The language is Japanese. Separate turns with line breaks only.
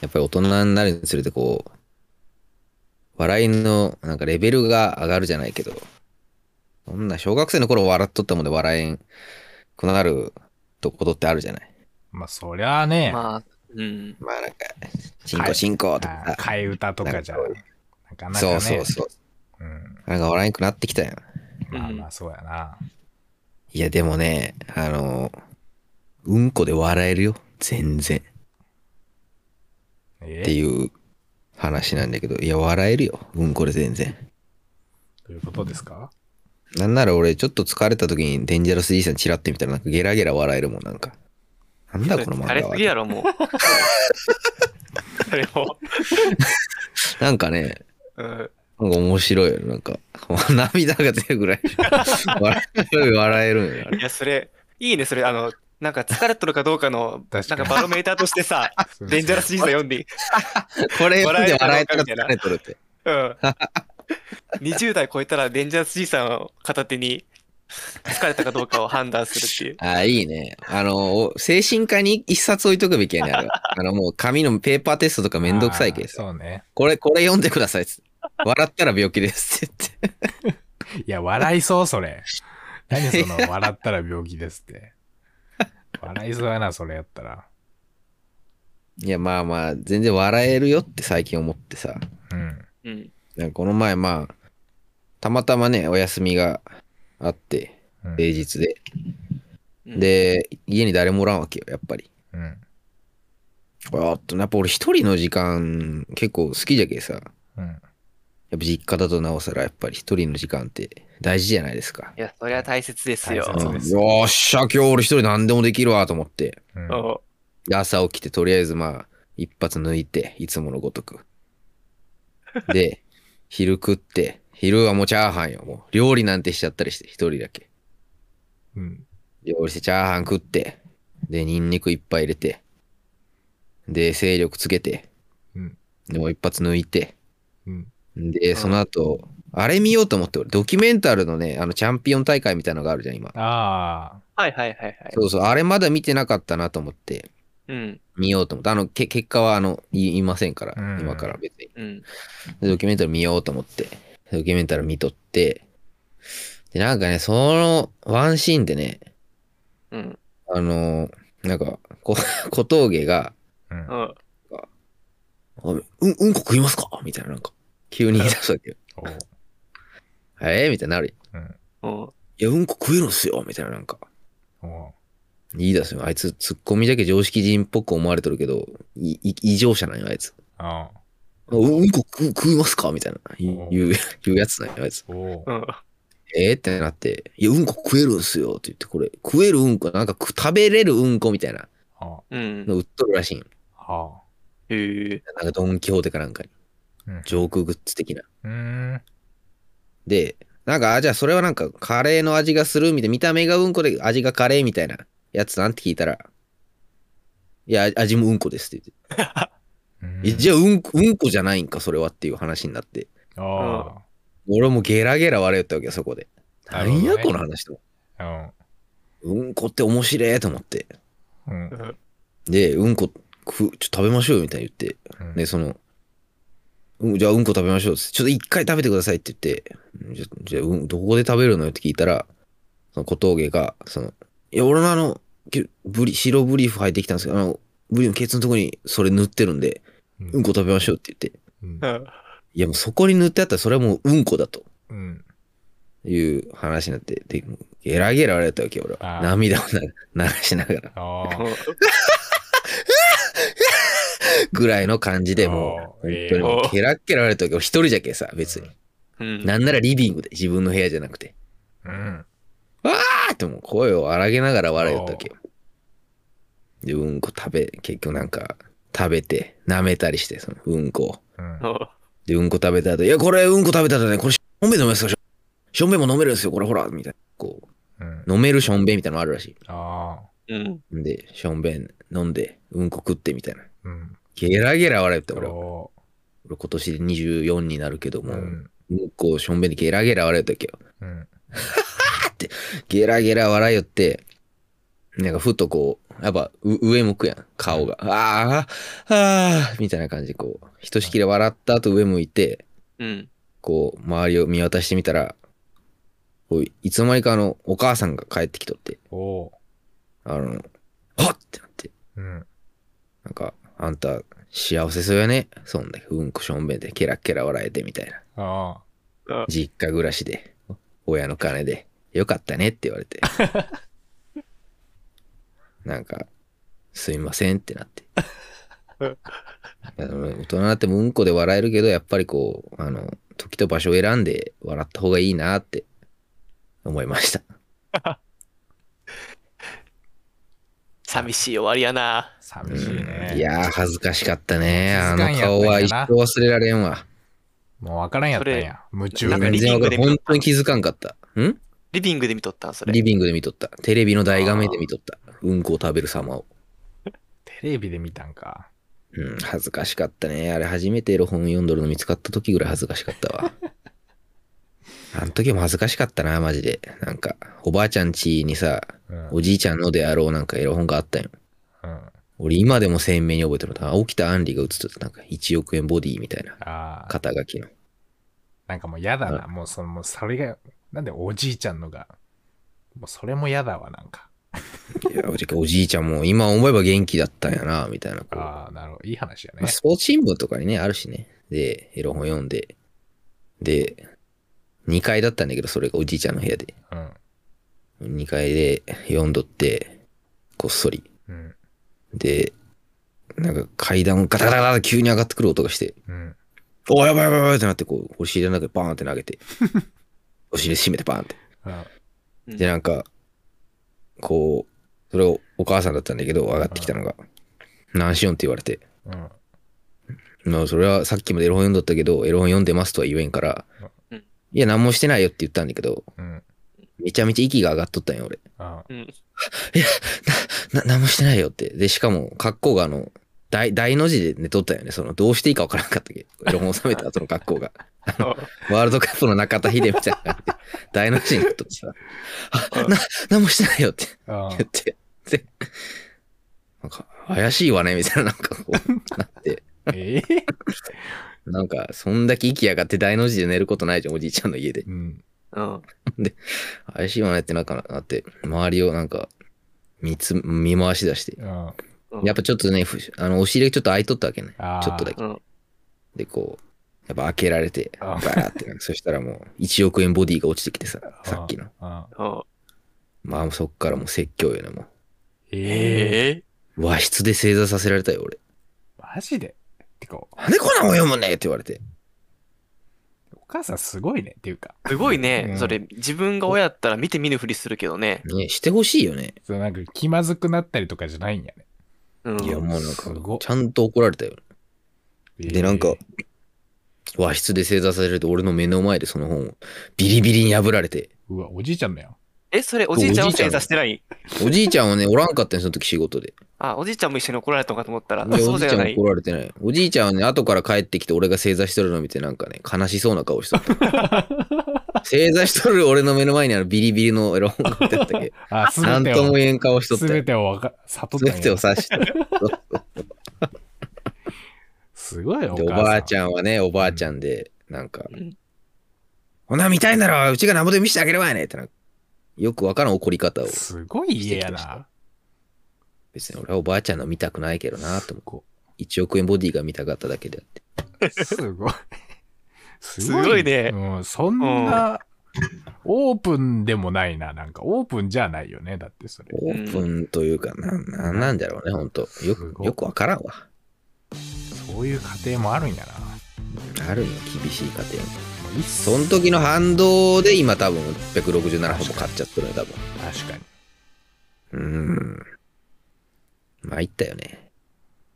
やっぱり大人になるにつれてこう、笑いのなんかレベルが上がるじゃないけど、そんな小学生の頃笑っとったもんで笑えんくなるとことってあるじゃない。
まあ、そりゃあね、
まあ、うん。
まあなんか、進行進行とか
あ替え歌とかじゃ、
なん
なかなか
そ
ね。
うそうそう。
うん。
なんか笑えんくなってきたよ。
まあまあ、そうやな。
いやでもね、あの、うんこで笑えるよ。全然。
え
っていう話なんだけど、いや、笑えるよ。うんこで全然。
どういうことですか
なんなら俺、ちょっと疲れた時にデンジャラス D さんチラってみたら、なんかゲラゲラ笑えるもん、なんか。なんだこの漫
疲れ
画
すぎや
は。
ろ、もう。 それも、
なんかね、
うん。
なんか面白いよ、なんか。 涙が出るぐらい。 笑える笑えるんよあれ
いや、それ、いいね、それ、あの、なんか疲れとるかどうかの、なん
確か
か
に
バロメーターとしてさ、デンジャラス人生読んでいい。
これ読んで笑
笑
え
え
たら
たのかみたいな
疲れとるって。
うん。20代超えたらデンジャラスじいさんを片手に疲れたかどうかを判断するっていう。
ああ、いいね。あの、お精神科に一冊置いとくべきやね、あれは。 あの、もう紙のペーパーテストとかめんどくさいけど
あーそうね。
これ、これ読んでくださいっつって。笑ったら病気ですって言って。
いや、笑いそう、それ。何その、笑ったら病気です って。笑いそうやな、それやったら。
いや、まあまあ、全然笑えるよって最近思ってさ。
うん。
うん。
なんかこの前、まあ、たまたまね、お休みがあって、
うん
平日で。
うん、
で、家に誰もおらんわけよ、やっぱり。
うん。
あっと、やっぱ俺一人の時間結構好きじゃけさ。
うん。
やっぱ実家だとなおさら、やっぱり一人の時間って大事じゃないですか。
いや、それは大切ですよ。
大
う
切
ん、
で
よ
す
っしゃ、今日俺一人何でもできるわと思って。
うん。
お
で朝起きて、とりあえずまあ、一発抜いて、いつものごとく。で、昼食って、昼はもうチャーハンよ、もう。料理なんてしちゃったりして、一人だけ。
うん。
料理してチャーハン食って、で、ニンニクいっぱい入れて、で、精力つけて、
うん
でもう一発抜いて、
うん。
で、
ん
その後、あれ見ようと思って、俺ドキュメンタルのね、あの、チャンピオン大会みたいなのがあるじゃん、今。
ああ。
はいはいはいはい。
そうそう、あれまだ見てなかったなと思って、
うん。
見ようと思って、あの、け結果は、あの、い言いませんから、
うん
今から別に。
うん。
でドキュメンタル見ようと思って、ドキュメンタル見とって、で、なんかね、その、ワンシーンでね、
うん。
あの、なんか、こ 小峠が、
うん。
うん。
あうん、うんこ食いますかみたいな、なんか、急に言い出すわけ よ。
おう
えーみたいになるよ。
うん。
うん。
いや、うんこ食えるんすよみたいな、なんか。
おう
言い出すよ。あいつ、ツッコミだけ常識人っぽく思われてるけど、いい異常者なんよ、あいつ。
あ
あうんうんこ食う食いますかみたいな、言う
おう
言う言うやつなんよ、あいつ。
ーおう
うん。
えー、ってなって、いや、うんこ食えるんすよって言って、これ、食えるうんこ、なんかく食べれるうんこみたいな
あ
うん。
の売っとるらしいん。
は
へえ。
なんかドン・キホーテかなんかに
うん。
上空グッズ的な。
あ。うーん。
で、なんか、あ、じゃあそれはなんかカレーの味がするみたいな、見た目がうんこで味がカレーみたいなやつなんて聞いたら、いや、味もうんこですって
う
言っ
ん
て。えじゃあうんこ、うんこじゃないんか、それはっていう話になって。
あ
俺もゲラゲラ笑えったわけよ、そこで。
な
な
るほど
ん
ね
や、この話と。
あ。
うんこって面白えと思って。
うん。
うん。
で、うんこ、くちょっと食べましょうよみたいに言って。
うん
で、その、うん、じゃあうんこ食べましょうっつって。ちょっと一回食べてくださいって言って、うんじゃじゃあ、うん、どこで食べるのよって聞いたら、その小峠が、その、いや、俺のあの、きブリ、白ブリーフ入ってきたんですけど、あの、ブリのケツのとこにそれ塗ってるんで、
うん
うんこ食べましょうって言って。
うん
うん。
いや、もうそこに塗ってあったらそれはもううんこだと
うん。
いう話になって、で、もうゲラゲラ笑ったわけよ、俺
あ
は。
ー
涙を流流しな がら、
ああ。
ぐらいの感じでもう、
う、
本
ええ
当にもう
おー
ケラッケラ言われたけど、一人じゃけさ、別に。
うん。
なんならリビングで、自分の部屋じゃなくて。
うん。
あーってもう声を荒げながら笑いよったわけよ。で、うんこ食べ、結局なんか、食べて、舐めたりして、そのうんこを。
うん。
うん
で、うんこ食べた後、いや、これうんこ食べた後ね、これしょんべん飲めますよ、しょしょんべんも飲めるんですよ、これほら、みたいな。こ
うん。
う、飲めるしょんべんみたいなのあるらし
ああ。
うん。
い。んで、しょんべん飲んで、うんこ食ってみたいな。
うん。
ゲラゲラ笑いよった俺は。
お
俺今年で24になるけど
う
も、うん
ん。
こしょんべんでゲラゲラ笑いよったわけよ。
うん。
ゲラゲラ笑いよって、なんかふとこう、やっぱう上向くやん、顔が。ああ、ああ、みたいな感じでこう、ひとしきり笑った後上向いて、
うん。
こう、周りを見渡してみたら、こういつの間にかあの、お母さんが帰ってきとって、
おう。
あの、はっってなって、
うん。
なんか、あんた、幸せそうやね。そんだけ、うんこしょんべんで、ケラッケラ笑えてみたいな。
あ
あ
実家暮らしで、親の金で、よかったねって言われて。なんか、すいませんってなって。あの大人になってもうんこで笑えるけど、やっぱりこう、あの、時と場所を選んで笑った方がいいなって思いました。
寂しい終わりやな
あ。。寂しいね。
うんいやー、恥ずかしかったね。
気づ
あ
か
の
んや
顔は一生忘れられんわ。
もう分からんやったんや。夢中
なんか
全
リビ
で。
然わ
ング
か
で
る。
見と
本
った
当に気づかんかった。ん
リビングで見とったん、それ。
リビングで見とった。テレビの大画面で見とった。うんこを食べる様を。
テレビで見たんか。
うん、恥ずかしかったね。あれ初めてエロ本読んどるの見つかった時ぐらい恥ずかしかったわ。あの時も恥ずかしかったな、マジで。なんか、おばあちゃん家にさ、
うん。
おじいちゃんのであろうなんかエロ本があったんよ。
うん、あ
俺今でも鮮明に覚えてるの。起きたアンリが映っとったなんか1億円ボディみたいな。
あ。
肩書きの。
なんかもう嫌だな。
う
もうその、もうそれが、なんでおじいちゃんのが。もうそれも嫌だわ、なんか。
いや、おじいちゃんも今思えば元気だったんやな、みたいな。こう
ああ、なるほど。いい話や
ま
ね
あ、。スポーツ新聞とかにね、あるしね。で、エロ本読んで。で、2階だったんだけど、それがおじいちゃんの部屋で。
うん。
2階で読んどって、こっそり。
うん。
で、なんか階段ガタガタガタ急に上がってくる音がして、
うん。
おいやばいやばいやばいってなって、こう、お尻の中でバーンって投げ て、お尻締めてバーンって。
うん。
うん
で、なんか、こう、それをお母さんだったんだけど、上がってきたのが、何しよんって言われて、
うん。
まあ、それはさっきまでエロ本読んだったけど、エロ本読んでますとは言えんから
うん、
いや、何もしてないよって言ったんだけど、
うん。
めちゃめちゃ息が上がっとったんよ、俺。
あ
うん。
な、何もしてないよって。で、しかも、格好があの、大、大の字で寝とったよね。その、どうしていいかわからんかったっけど、エロ本収めた後の格好が。ワールドカップの中田秀みたいな感じで、大の字になっとってさ、あ、な、何もしてないよって
あ
言って、で、なんか、怪しいわね、みたいな、なんかこう、なって、
ええ
なんか、そんだけ息上がって大の字で寝ることないじゃん、おじいちゃんの家で。
うん。
うん。
怪しいわねってなんかなって、周りをなんか、見つ、見回し出して。
うん。
やっぱちょっとね、ふあの、お尻がちょっと開いとったわけね。
あー
ちょっとだけ。
うん。
で、こう、やっぱ開けられて、
あ
バーってな る、そしたらもう、1億円ボディが落ちてきてさ、さっきの。
あ
うん。
まあ、そっからもう説教よね、も
ええ
ええ
う。和室で正座させられたよ、俺。
マジでてか、
なんでこんなもん読むねって言われて。
お母さんすごいね。っていうか、
すごいうね。
ん
それ、自分が親やったら見て見ぬふりするけどね。
ね、してほしいよね。
そうなんか気まずくなったりとかじゃないんやね。
うん。
いや、もうなん
すご
か、ちゃんと怒られたよ。で、なんか、和室で正座させられて、俺の目の前でその本をビリビリに破られて。
うわ、おじいちゃんだよ。
え、それ、おじいちゃ
お
んは
じいちゃ
正
ん
座してない
おじいちゃんはね、おらんかったよ、その時仕事で。
あ、おじいちゃんも一緒に怒られたのかと思ったら、
で
そ
お
う
じ
じ
い
ゃ
ちゃ
なんい。
怒られてない。おじいちゃんはね、後から帰ってきて俺が正座しとるの見てなんかね、悲しそうな顔しとった。正座しとる俺の目の前にあるビリビリのエロ本があってたっけ。
あ、す
な
べ
ん
て
とも
を、
言えん顔しとっ
す
た
べ
よ。
てをわか、悟っ
す
た
べ
んや
てを察してた。
すごいよ、
で、おばあち
ゃん。
ゃんはね、おばあちゃんで、なんか
うん、
ほな見たいならうちが何ぼで見せてあげればやねってなんかよくわからん怒り方を。
すごい家やな。
別に俺はおばあちゃんの見たくないけどなと思
こ
う。1億円ボディが見たかっただけであって。
すごい。す
すごいね
うん、そんな、オープンでもないな。なんか、オープンじゃないよね。だってそれ。
オープンというか、なん、なんなんだろうね、ほんと。よ
す
く
ご、い
よくわからんわ。
そういう家庭もあるんやな。
あるの、厳しい家庭も。
もういっそ
その時の反動で今多分667本も買っちゃってるね、多分。
確かに。
うーん。参ったよね。